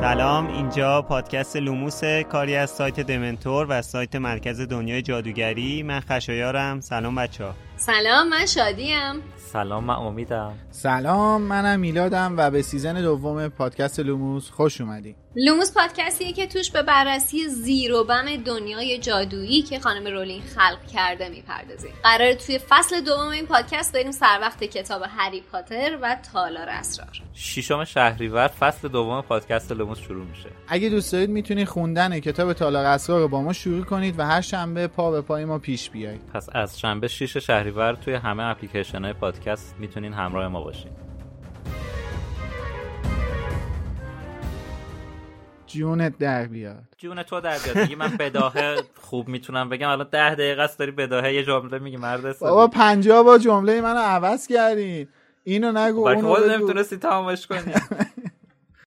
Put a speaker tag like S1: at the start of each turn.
S1: سلام اینجا پادکست لوموس کاری از سایت دمنتور و سایت مرکز دنیای جادوگری من خشایارم سلام بچه ها
S2: سلام من شادیم
S3: سلام من امیدم
S4: سلام منم میلادم و به سیزن دوم پادکست لوموس خوش اومدی
S2: لوموس پادکستیه که توش به بررسی زیر و بم دنیای جادویی که خانم رولین خلق کرده میپردازیم قرار توی فصل دوم این پادکست بریم سر وقت کتاب هری پاتر و تالار اسرار
S3: ششم شهریور فصل دوم پادکست لوموس شروع میشه
S4: اگه دوست دارید میتونید خوندن کتاب تالار اسرار رو با ما شروع کنید و هر شنبه پا به پای ما پیش بیایید
S3: پس از شنبه 6 شهریور توی همه اپلیکیشن های پادکست میتونین همراه ما باشین
S4: جونت در بیاد
S3: جون تو در بیاد دیگه من بداهه خوب میتونم بگم الان ده دقیقه است داری بداهه یه جمله میگی مرد سالی.
S4: بابا پنجاه با جمله منو عوض کردین اینو نگو
S3: بلکه
S4: اونو
S3: خود
S4: بگو.
S3: نمیتونستی تمامش کنی